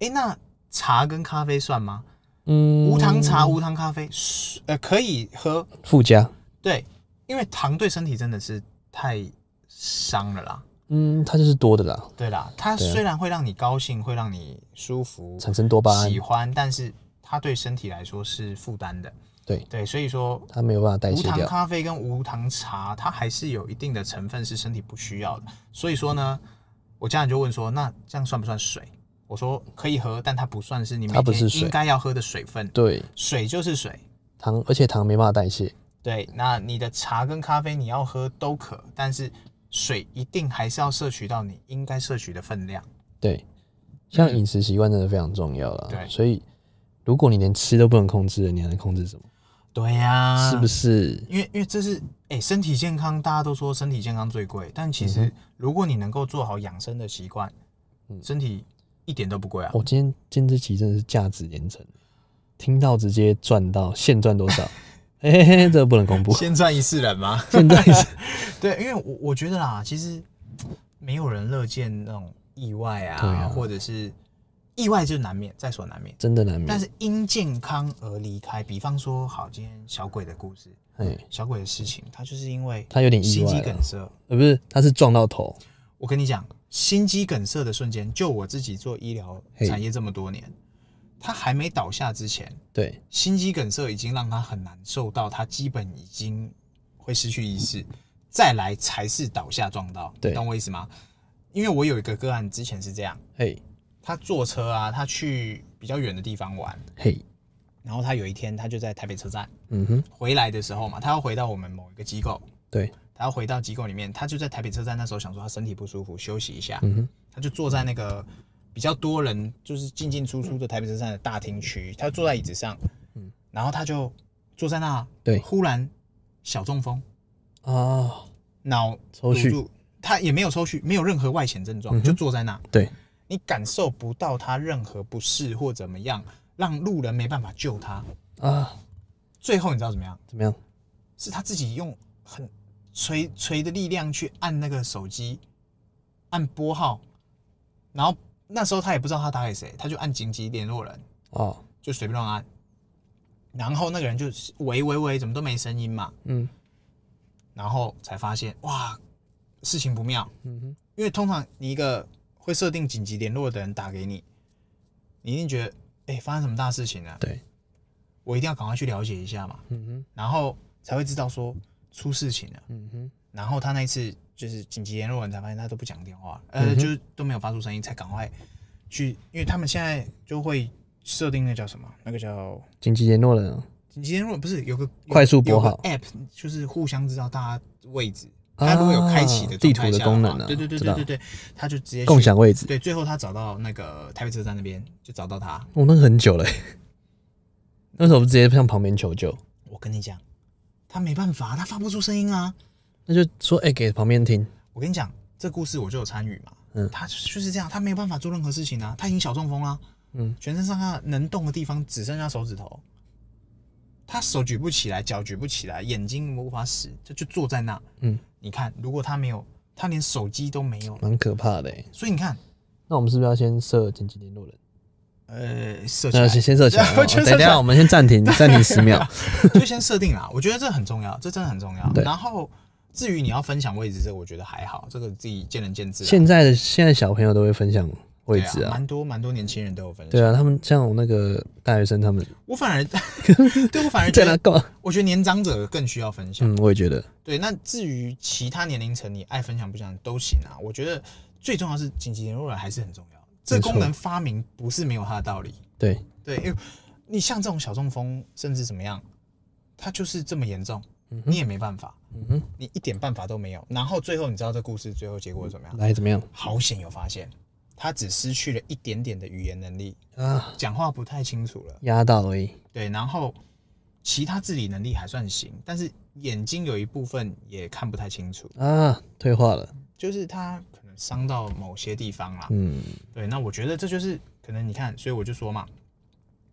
S2: 哎、那茶跟咖啡算吗？
S1: 嗯，
S2: 无糖茶、无糖咖啡，呃，可以喝，
S1: 附加，
S2: 对，因为糖对身体真的是太伤了啦。
S1: 嗯，它就是多的啦，
S2: 对啦，它
S1: 对啊
S2: 虽然会让你高兴，会让你舒服、
S1: 产生多巴胺
S2: 喜，欢，但是它对身体来说是负担的。
S1: 对，
S2: 对，所以说
S1: 它没有办法代
S2: 无
S1: 谢
S2: 糖
S1: 掉。
S2: 咖啡跟无糖茶，它还是有一定的成分是身体不需要的。所以说呢，我家人就问说，那这样算不算水？我说可以喝，但它不算是你每
S1: 它不是
S2: 天
S1: 水
S2: 应该要喝的水分。
S1: 对，
S2: 水就是水。
S1: 糖，而且糖没办法代谢，
S2: 对，那你的茶跟咖啡你要喝都可，但是水一定还是要摄取到你应该摄取的分量。
S1: 对，像饮食习惯真的非常重要啦。
S2: 嗯对
S1: 所以如果你连吃都不能控制了，你还能控制什么？
S2: 对呀、
S1: 是不？是？
S2: 因为因为这是哎、身体健康，大家都说身体健康最贵，但
S1: 嗯
S2: 其实如果你能够做好养生的习惯，身体一点都不贵啊。
S1: 嗯我今天今天这集真的是价值连城，听到直接赚到，现赚多少？嘿嘿嘿，这个不能公布。
S2: 先赚一世人吗？
S1: 现在是
S2: 对，因为我我觉得啦，其实没有人乐见那种意外啊，
S1: 对啊
S2: 或者是意外就难免，在所难免。
S1: 真的难免。
S2: 但是因健康而离开，比方说，好，今天小鬼的故事，
S1: 哎，
S2: 小鬼的事情，他就是因为
S1: 他有点意
S2: 心
S1: 外
S2: 肌
S1: 了
S2: 梗，塞。
S1: 呃，不是，他是撞到头，
S2: 我跟你讲，心肌梗塞的瞬间，就我自己做医疗
S1: 嘿
S2: 产业这么多年，他还没倒下之前，
S1: 对，
S2: 心肌梗塞已经让他很难受到，他基本已经会失去意识，再来才是倒下撞到，
S1: 对
S2: 懂我意思吗？因为我有一个个案之前是这样，
S1: 嘿，
S2: 他坐车啊，他去比较远的地方玩，
S1: 嘿，
S2: 然后他有一天他就在台北车站
S1: 嗯哼，
S2: 回来的时候嘛，他要回到我们某一个机构，
S1: 对，
S2: 他要回到机构里面，他就在台北车站那时候想说他身体不舒服，休息一下，
S1: 嗯哼，
S2: 他就坐在那个比较多人，就是进进出出的台北车站的大厅区，他坐在椅子上，
S1: 嗯
S2: 然后他就坐在那，
S1: 对
S2: 忽然小中风，
S1: 啊，
S2: 脑
S1: 抽搐嗯
S2: 堵住，他也没有抽搐，没有任何外显症状，就坐在那，
S1: 对，
S2: 你感受不到他任何不适或怎么样，让路人没办法救他。
S1: 啊，
S2: 最后你知道怎么样？
S1: 怎么样？
S2: 是他自己用很锤锤的力量去按那个手机，按拨号，然后那时候他也不知道他打给谁，他就按紧急联络人，
S1: 哦，
S2: 就随便乱按。然后那个人就喂喂喂，怎么都没声音嘛，
S1: 嗯，
S2: 然后才发现哇，事情不妙，
S1: 嗯哼，
S2: 因为通常你一个会设定紧急联络的人打给你，你一定觉得哎、发生什么大事情了，
S1: 对，
S2: 我一定要赶快去了解一下嘛，
S1: 嗯哼，
S2: 然后才会知道说出事情了。
S1: 嗯哼，
S2: 然后他那一次就是紧急联络人才发现他都不讲电话，
S1: 嗯
S2: 呃，就是都没有发出声音，才赶快去，因为他们现在就会设定那叫什么，那个叫
S1: 紧急联络人啊
S2: 紧急联络不是有个有
S1: 快速拨号
S2: 有个 app，就是互相知道大家位置，
S1: 啊
S2: 他如果有开启的
S1: 地
S2: 状
S1: 图
S2: 态
S1: 的
S2: 下
S1: 功能
S2: 话
S1: 啊
S2: 对对对
S1: 知
S2: 对
S1: 道
S2: 对对，他就直接去
S1: 共。享位置，
S2: 对，最后他找到那个台北车站那边，就找到他。
S1: 我、那个很久了欸， 那时候我直接向旁边求救，
S2: 我跟你讲，他没办法，他发不出声音啊。
S1: 那就说哎、给旁边听，
S2: 我跟你讲，这故事我就有参与嘛。
S1: 嗯
S2: 他就是这样，他没有办法做任何事情啊，他已经小中风啦。
S1: 嗯，
S2: 全身上下能动的地方只剩下手指头，他手举不起来，脚举不起来，眼睛无法使，他就坐在那。
S1: 嗯，
S2: 你看，如果他没有，他连手机都没有，
S1: 蛮可怕的欸。
S2: 所以你看，
S1: 那我们是不是要先设紧急联络人？
S2: 呃，设起
S1: 那
S2: 来
S1: 先先设起来，啊哦
S2: 先
S1: 等
S2: 设起
S1: 等
S2: 来
S1: 一 下我们先暂 停，暂停十秒。
S2: 就先设定啦。我觉得这很重要，这真的很重要。
S1: 对
S2: 然后至于你要分享位置，这个我觉得还好，这个自己见仁见智啦。
S1: 现在的现在小朋友都会分享位
S2: 对
S1: 置
S2: 啊，
S1: 啊，
S2: 蛮多蛮多年轻人都有分享。
S1: 对啊，他们像我那个大学生，他们
S2: 我反而， 对我反而觉
S1: 在那
S2: 得，
S1: 干嘛？
S2: 我觉得年长者更需要分享。
S1: 嗯，我也觉得，
S2: 对，那至于其他年龄层，你爱分享不讲都行啊。我觉得最重要是紧急联络人还是很重要的，这
S1: 没错
S2: 功能发明不是没有它的道理。
S1: 对，
S2: 对，因为你像这种小中风，甚至怎么样，它就是这么严重，
S1: 嗯哼
S2: 你也没办法，
S1: 嗯哼，
S2: 你一点办法都没有。然后最后你知道这故事最后结果是怎么样？
S1: 来怎么样
S2: 好险有发现，他只失去了一点点的语言能力，
S1: 啊？
S2: 讲话不太清楚了。
S1: 压到而已，
S2: 对，然后其他自理能力还算行，但是眼睛有一部分也看不太清楚。
S1: 啊，退化了，
S2: 就是他可能伤到某些地方啦。
S1: 嗯，
S2: 对，那我觉得这就是可能你看，所以我就说嘛，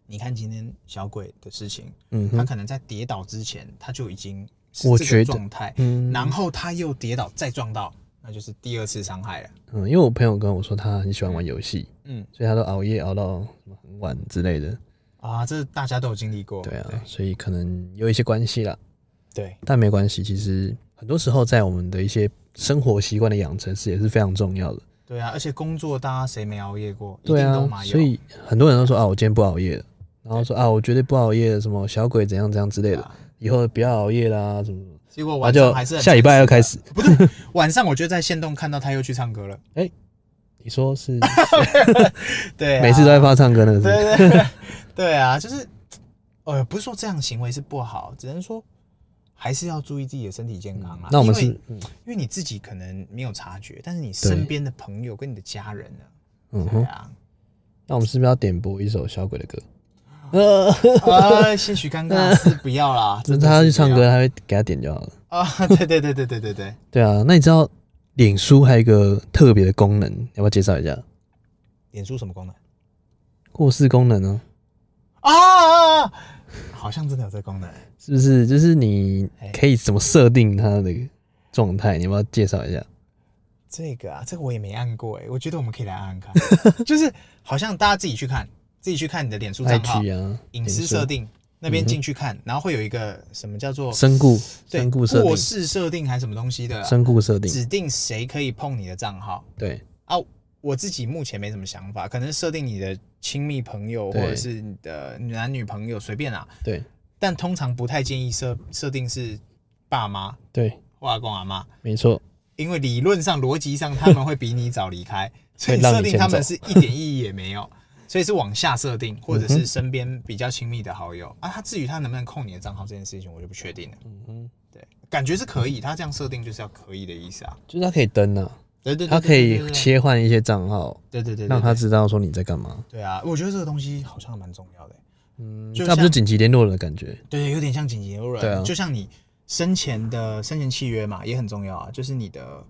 S2: 你看今天小鬼的事情，
S1: 嗯
S2: 他
S1: 哼，
S2: 可能在跌倒之前他就已经是
S1: 我
S2: 这个
S1: 觉得
S2: 状态，
S1: 嗯
S2: 然后他又跌倒再撞到，那就是第二次伤害了。
S1: 嗯，因为我朋友跟我说他很喜欢玩游戏，
S2: 嗯
S1: 所以他都熬夜熬到什么很晚之类的。
S2: 啊，这大家都有经历过。
S1: 对啊，所以可能有一些关系啦，
S2: 对
S1: 但没关系。其实很多时候在我们的一些生活习惯的养成是也是非常重要的。
S2: 对啊，而且工作大家谁没熬夜过？
S1: 对
S2: 一定都
S1: 啊，
S2: 嘛有。
S1: 所以很多人都说啊，我今天不熬夜了，然后说啊，我绝对不熬夜了，什么小鬼怎样怎样之类的，
S2: 啊
S1: 以后不要熬夜啦，什么什么。
S2: 结果
S1: 然后
S2: 晚上还是
S1: 啊就
S2: 很
S1: 下礼拜
S2: 诚
S1: 要
S2: 实
S1: 开
S2: 的。
S1: 始，
S2: 晚上我就在线动看到他又去唱歌了。
S1: 你说是
S2: 对、啊，
S1: 每次都在。放唱歌那个是？
S2: 对对 对对啊，就是，呃，不是说这样的行为是不好，只能说还是要注意自己的身体健康啊。
S1: 那我们
S2: 因为
S1: 是嗯
S2: 因为你自己可能没有察觉，但是你身边的朋友跟你的家人呢？
S1: 嗯
S2: 对
S1: 哼，
S2: 啊，
S1: 那我们是不是要点播一首小鬼的歌？ 呃，
S2: 啊，些许尴尬是不要 啦，
S1: 那
S2: 真的
S1: 他去
S2: 是不
S1: 唱
S2: 要
S1: 歌，他会给他点就好了。
S2: 啊， 对对对对对对对，
S1: 对啊，那你知道脸书还有一个特别的功能，要不要介绍一下？
S2: 脸书什么功能？
S1: 过世功能哦呢、
S2: 啊，啊啊好像真的有这功能。
S1: 是不是？就是你
S2: 哎
S1: 可以怎么设定它的状态？你要不要介绍一下？
S2: 这个啊，这个我也没按过哎、我觉得我们可以来按 按看，就是好像大家自己去看，自己去看你的脸书账号
S1: IG 啊，嗯
S2: 隐私
S1: 脸书
S2: 设定那边进去看，然后会有一个什么叫做
S1: 身故，
S2: 对
S1: 身故设
S2: 过
S1: 定，
S2: 世设定还是什么东西的啊，
S1: 身故设定，
S2: 指定谁可以碰你的账号
S1: 对
S2: 啊？我自己目前没什么想法，可能设定你的亲密朋友或
S1: 对
S2: 者是你的男女朋友随便啊，
S1: 对
S2: 但通常不太建议设设定是爸妈
S1: 对，
S2: 或阿公阿妈，
S1: 没错，
S2: 因为理论上、逻辑上，他们会比你早离 开，所以
S1: 会让你
S2: 设定
S1: 先
S2: 他们
S1: 走
S2: 是一点意义也没有， 所以是往下设定，或者
S1: 嗯
S2: 是身边比较亲密的好友、啊。他至于他能不能控你的账号这件事情，我就不确定了。
S1: 嗯哼，
S2: 对，感觉是可以，他这样设定就是要可以的意思啊。
S1: 就是它可以登啊，
S2: 对对对，
S1: 它可以
S2: 切，
S1: 切换一些账号，
S2: 对对对，对
S1: 让他
S2: 对
S1: 知道说你在干嘛。
S2: 对啊，我觉得这个东西好像蛮重要的、
S1: 嗯，
S2: 就
S1: 那不是
S2: 像
S1: 紧急联络人的感觉？
S2: 对，有点像紧急联络人，
S1: 对啊
S2: 就像你生前的生前契约嘛，也很重要啊，就是你的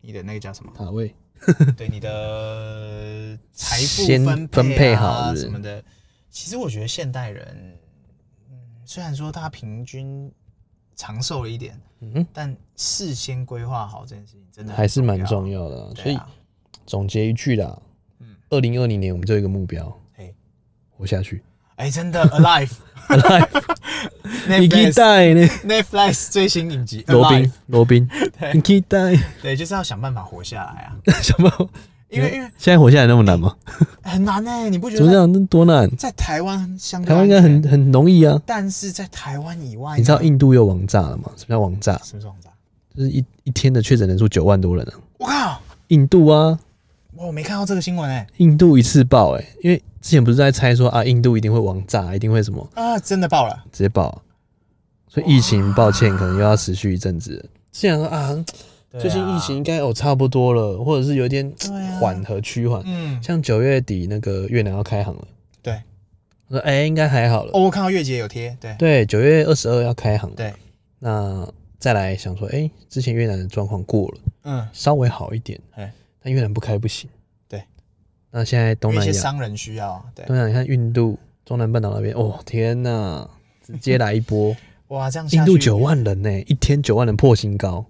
S2: 你的那个叫什么？
S1: 塔位，
S2: 对你的财富
S1: 先
S2: 分
S1: 分配
S2: 配
S1: 好
S2: 啊
S1: 是不是
S2: 什么的。其实我觉得现代人，嗯，虽然说他平均长寿了一点，
S1: 嗯哼，
S2: 但事先规划好这件事情真的
S1: 还是蛮
S2: 要。
S1: 重要的啊。所
S2: 对
S1: 以
S2: 啊，
S1: 总结一句啦，
S2: 嗯
S1: 二零二零年我们就有一个目标，
S2: 哎
S1: 活下 去。
S2: 哎，真的 alive
S1: 你期
S2: alive，Netflix
S1: 待呢？
S2: Netflix 最新影集
S1: 罗
S2: Alive
S1: 宾，罗宾，你期待
S2: 对，就是要想办法活下来啊，
S1: 什么？
S2: 因为因为
S1: 现在活下来那么难吗？
S2: 很难呢，你不觉
S1: 怎么
S2: 得
S1: 讲？那多难？
S2: 在台湾相对哎
S1: 台湾应该
S2: 安
S1: 很，
S2: 全
S1: 很容易啊。
S2: 但是在台湾以外呢，
S1: 你知道印度又王炸了吗？什么叫王炸？
S2: 什么时候长大？
S1: 就是一一天的确诊人数九万多人啊。
S2: 我靠！
S1: 印度啊，
S2: 哇我没看到这个新闻哎、
S1: 印度一次爆哎、因为之前不是在猜说啊，印度一定会王炸，一定会什么
S2: 啊，真的爆了！
S1: 直接爆啊、所以疫情抱歉可能又要持续一阵子了。之前说啊，最近疫情，应该哦差不多了，或者是有点
S2: 对啊
S1: 缓和趋缓。
S2: 嗯，
S1: 像九月底那个越南要开航了，
S2: 对，
S1: 我说哎、应该还好了。
S2: 哦，我看到月姐有贴，对
S1: 对，九月二十二要开航，
S2: 对，
S1: 那再来想说，哎、之前越南的状况过了，
S2: 嗯，
S1: 稍微好一点，
S2: 哎，
S1: 但越南不开不行。
S2: 对，
S1: 那现在东
S2: 因为一
S1: 南
S2: 些
S1: 亚，
S2: 商人需要，对，
S1: 东南亚你看印度、中南半岛那边，哦天哪、直接来一波，
S2: 哇，这样
S1: 印
S2: 下
S1: 度啊
S2: 去
S1: 九万人呢、一天九万人破新高，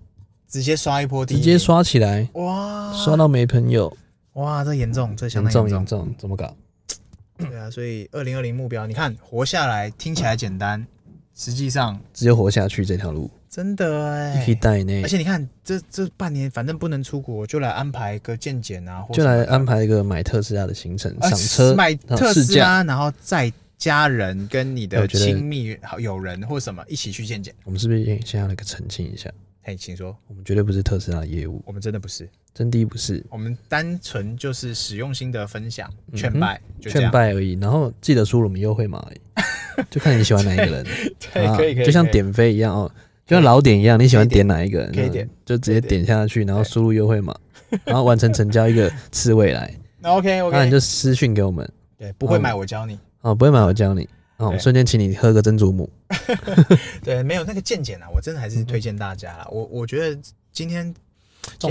S2: 直接刷一波第一
S1: 直
S2: 名，
S1: 接刷起来，
S2: 哇，
S1: 刷到没朋友，
S2: 哇，这严重，这相
S1: 严
S2: 当
S1: 重
S2: 严
S1: 严重，怎么搞？
S2: 对啊，所以二零二零目标，你看活下来听起来简单，实际上
S1: 只有活下去这条路，
S2: 真的哎、
S1: 可以带呢
S2: 而，且你看这这半年反正不能出国，就来安排个健检啊，或
S1: 就
S2: 什么
S1: 来
S2: 的
S1: 安排一个买特斯拉的行程，
S2: 呃
S1: 赏车、
S2: 买
S1: 然后
S2: 特
S1: 试
S2: 斯
S1: 驾。
S2: 拉，然后载家人跟你
S1: 我
S2: 的
S1: 觉得
S2: 亲密好友人或什么一起去见见。
S1: 我们是不是也先要那个澄清一下？
S2: 嘿，请说，
S1: 我们绝对不是特斯拉的业务，
S2: 我们真的不是，
S1: 真的不是，
S2: 我们单纯就是使用心得分享、
S1: 嗯哼
S2: 劝败，就这
S1: 劝
S2: 样。
S1: 败而已。然后记得输入我们优惠码而已，就看你喜欢哪一个人。 啊
S2: 对，可以可以，
S1: 就像
S2: 可以，
S1: 点飞一样哦，就像老点一样，你喜欢点哪一个？
S2: 可以点，
S1: 就直接点下去，然后输入优惠 码，然后完成成交一个刺猬来，
S2: 那 OK
S1: 那你
S2: OK，
S1: 就私讯给我们
S2: 对，不会买我教你。
S1: 哦，不会买我教你哦，
S2: 对
S1: 瞬间请你喝个珍珠母。
S2: 对，没有那个见解啊，我真的还
S1: 嗯
S2: 是推荐大家啦。我我觉得今天今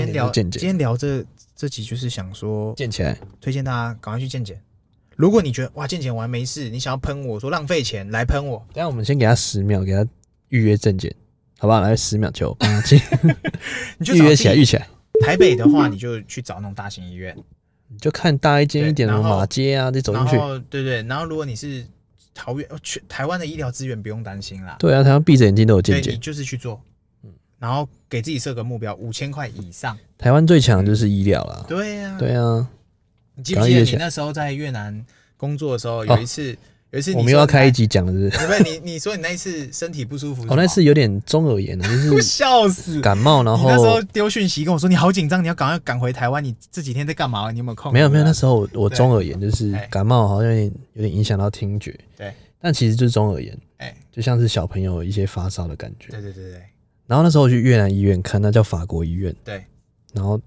S1: 重点
S2: 天
S1: 是
S2: 聊
S1: 健
S2: 今
S1: 检
S2: 天聊这这集就是想说，
S1: 建起来，
S2: 推荐大家赶快去见检。如果你觉得哇见检完没事，你想要喷我说浪费钱来喷我，
S1: 等一下我们先给他十秒，给他预约证件。好不好？来十秒 球，帮他进
S2: 你就
S1: 预
S2: 找
S1: 约
S2: 自
S1: 起来，
S2: 己
S1: 预起来。
S2: 台北的话，你就去找那种大型医院，
S1: 你就看大一间一点的
S2: 对然后
S1: 马街啊，得走进
S2: 然
S1: 去。
S2: 后对对，然后如果你是桃园，呃去台湾的医疗资源不用担心啦，
S1: 对啊，他要闭着眼睛都有
S2: 对
S1: 见
S2: 你
S1: 解。
S2: 就是去做，
S1: 嗯
S2: 然后给自己设个目标，五千块以上。
S1: 台湾最强的就是医疗啦。
S2: 对呀、
S1: 嗯对啊，
S2: 你记不
S1: 赶快
S2: 记得
S1: 约
S2: 你
S1: 起来
S2: 那时候在越南工作的时候，有一次，有一次你
S1: 我们又要
S2: 说你
S1: 开
S2: 那
S1: 一，集讲了，是不是？
S2: 不是你你 说你那一次身体不舒服是吗，
S1: 哦，那次有点中耳炎啊，就
S2: 我
S1: 是
S2: 笑死。
S1: 感冒，然
S2: 你那时候
S1: 后
S2: 丢讯息跟我说你好紧张，你要赶快赶回台湾，你这几天在干嘛？你有没有空？
S1: 没有没有，那
S2: 对
S1: 时候我我
S2: 啊对
S1: 中耳炎就是
S2: 哎
S1: 感冒，好像有点有点影响到听觉，
S2: 对，
S1: 但其实就是中耳炎，
S2: 哎，
S1: 就像是小朋友一些发烧的感觉
S2: 对。对对对
S1: 然后那时候我去越南医院看，那叫法国医院，
S2: 对，
S1: 然后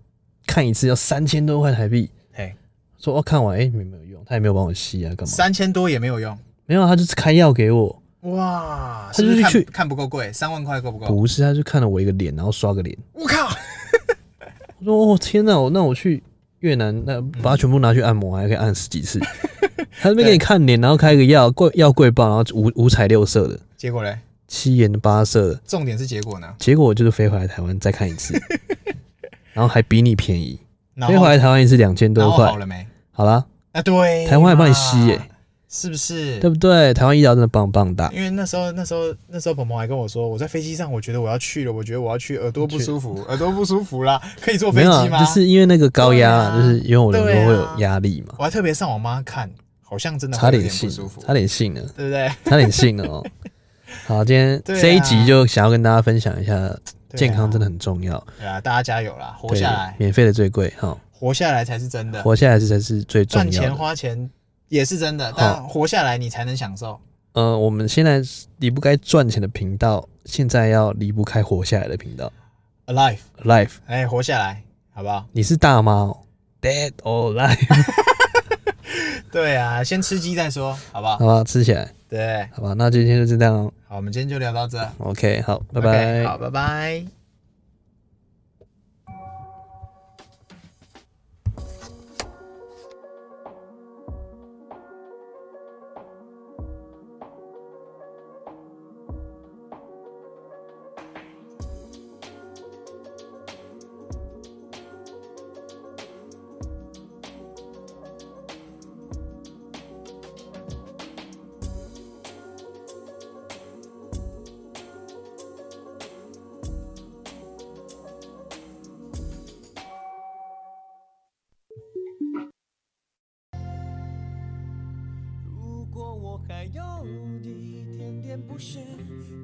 S1: 看一次要三千多块台币，
S2: 哎，
S1: 说哦看完哎、没没有用，他也没有帮我吸啊干嘛？
S2: 三千多也没有用，
S1: 没有，他就是开药给我，
S2: 哇，
S1: 他
S2: 是不
S1: 就是是
S2: 看
S1: 去
S2: 看不够贵，三万块够不够？
S1: 不是，他就看了我一个脸，然后刷个脸。
S2: 我靠，
S1: 我说哦天哪，我那我去越南，那
S2: 嗯
S1: 把它全部拿去按摩，还可以按十几 次。他这边给你看脸，然后开个药贵药贵爆，然后五五彩六色的，
S2: 结果嘞？
S1: 七颜八色的，
S2: 重点是结果呢？
S1: 结果我就是飞回来台湾再看一次， 然后还比你便宜，
S2: 然
S1: 飞
S2: 后
S1: 回来台湾一次两千
S2: 然
S1: 多
S2: 后
S1: 块
S2: 好，了没？
S1: 好啦，
S2: 啊，对嘛，
S1: 台湾还帮你吸耶
S2: 是不是？
S1: 对不对？台湾医疗真的棒棒哒，
S2: 因为那时候，那时候，那时候，鹏鹏还跟我说，我在飞机上，我觉得我要去了，我觉得我要去，耳朵不舒 服，耳朵不舒服啦，可以坐飞
S1: 没有啊
S2: 机，吗？
S1: 就是因为那个高压
S2: 对啊
S1: 啊，就是因为我人
S2: 对啊
S1: 都会有压力嘛，
S2: 我还特别上我妈看，好像真的
S1: 差
S2: 会有
S1: 点
S2: 点不
S1: 信
S2: 舒
S1: 了
S2: 服，，
S1: 差点信了。
S2: 对不啊对？
S1: 差点信了 哦。好，今天
S2: 对啊
S1: 这一集就想要跟大家分享一下，
S2: 对啊
S1: 健康真的很重要，
S2: 对啊，大家加油啦，活
S1: 对
S2: 下来，
S1: 免费的最贵哈，
S2: 活下来才是真的，
S1: 活下来是才是最重
S2: 赚
S1: 要
S2: 钱
S1: 的。
S2: 花钱也是真的，但活下来你才能享受。
S1: 呃，我们现在离不该赚钱的频道，现在要离不开活下来的频道。
S2: Alive，
S1: Life，
S2: 哎，活下来，好不好？
S1: 你是大妈哦，Dead or Life，
S2: 对啊，先吃鸡再说，好不好？
S1: 好吧，吃起来，
S2: 对，
S1: 好吧，那今天就这样哦
S2: 好，我们今天就聊到这，
S1: ，OK，好，拜
S2: OK，
S1: 拜。
S2: 好，拜拜。
S3: 如果我还有一点点不屑，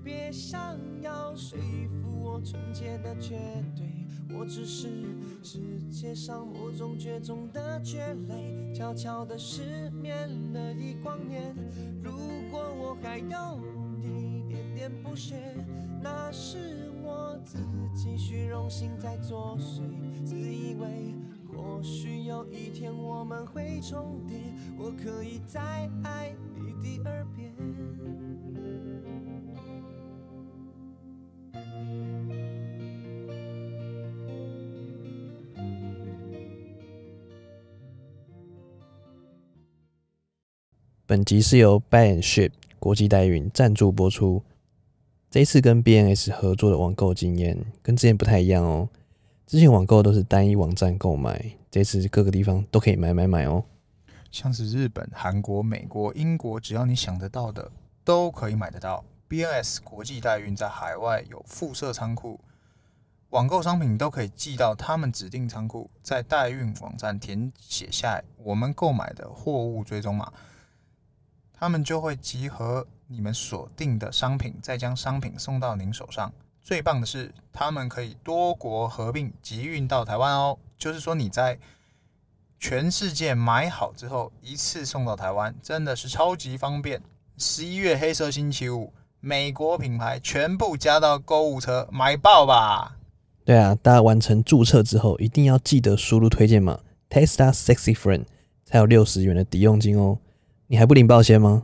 S3: 别想要说服我纯洁的绝对，我只是世界上某种绝种的蕨类，悄悄地失眠了一光年。如果我还有一点点不屑，那是我自己虚荣心在作祟，自以为。或许有一天我们会重叠，我可以再爱你第二遍。
S1: 本集是由 Buy and Ship 国际代运赞助播出。这一次跟 BNS 合作的网购经验跟之前不太一样哦。之前网购都是单一网站购买，这次各个地方都可以买买买哦。
S2: 像是日本、韩国、美国、英国，只要你想得到的都可以买得到。BNS 国际代运在海外有附设仓库，网购商品都可以寄到他们指定仓库，在代运网站填写下我们购买的货物追踪码，他们就会集合你们锁定的商品，再将商品送到您手上。最棒的是，他们可以多国合并集运到台湾哦，就是说你在全世界买好之后一次送到台湾，真的是超级方便。十一月黑色星期五，美国品牌全部加到购物车，买爆吧！
S1: 对啊，大家完成注册之后，一定要记得输入推荐码 Testa Sexy Friend，才有六十元的抵用金哦。你还不领保险吗？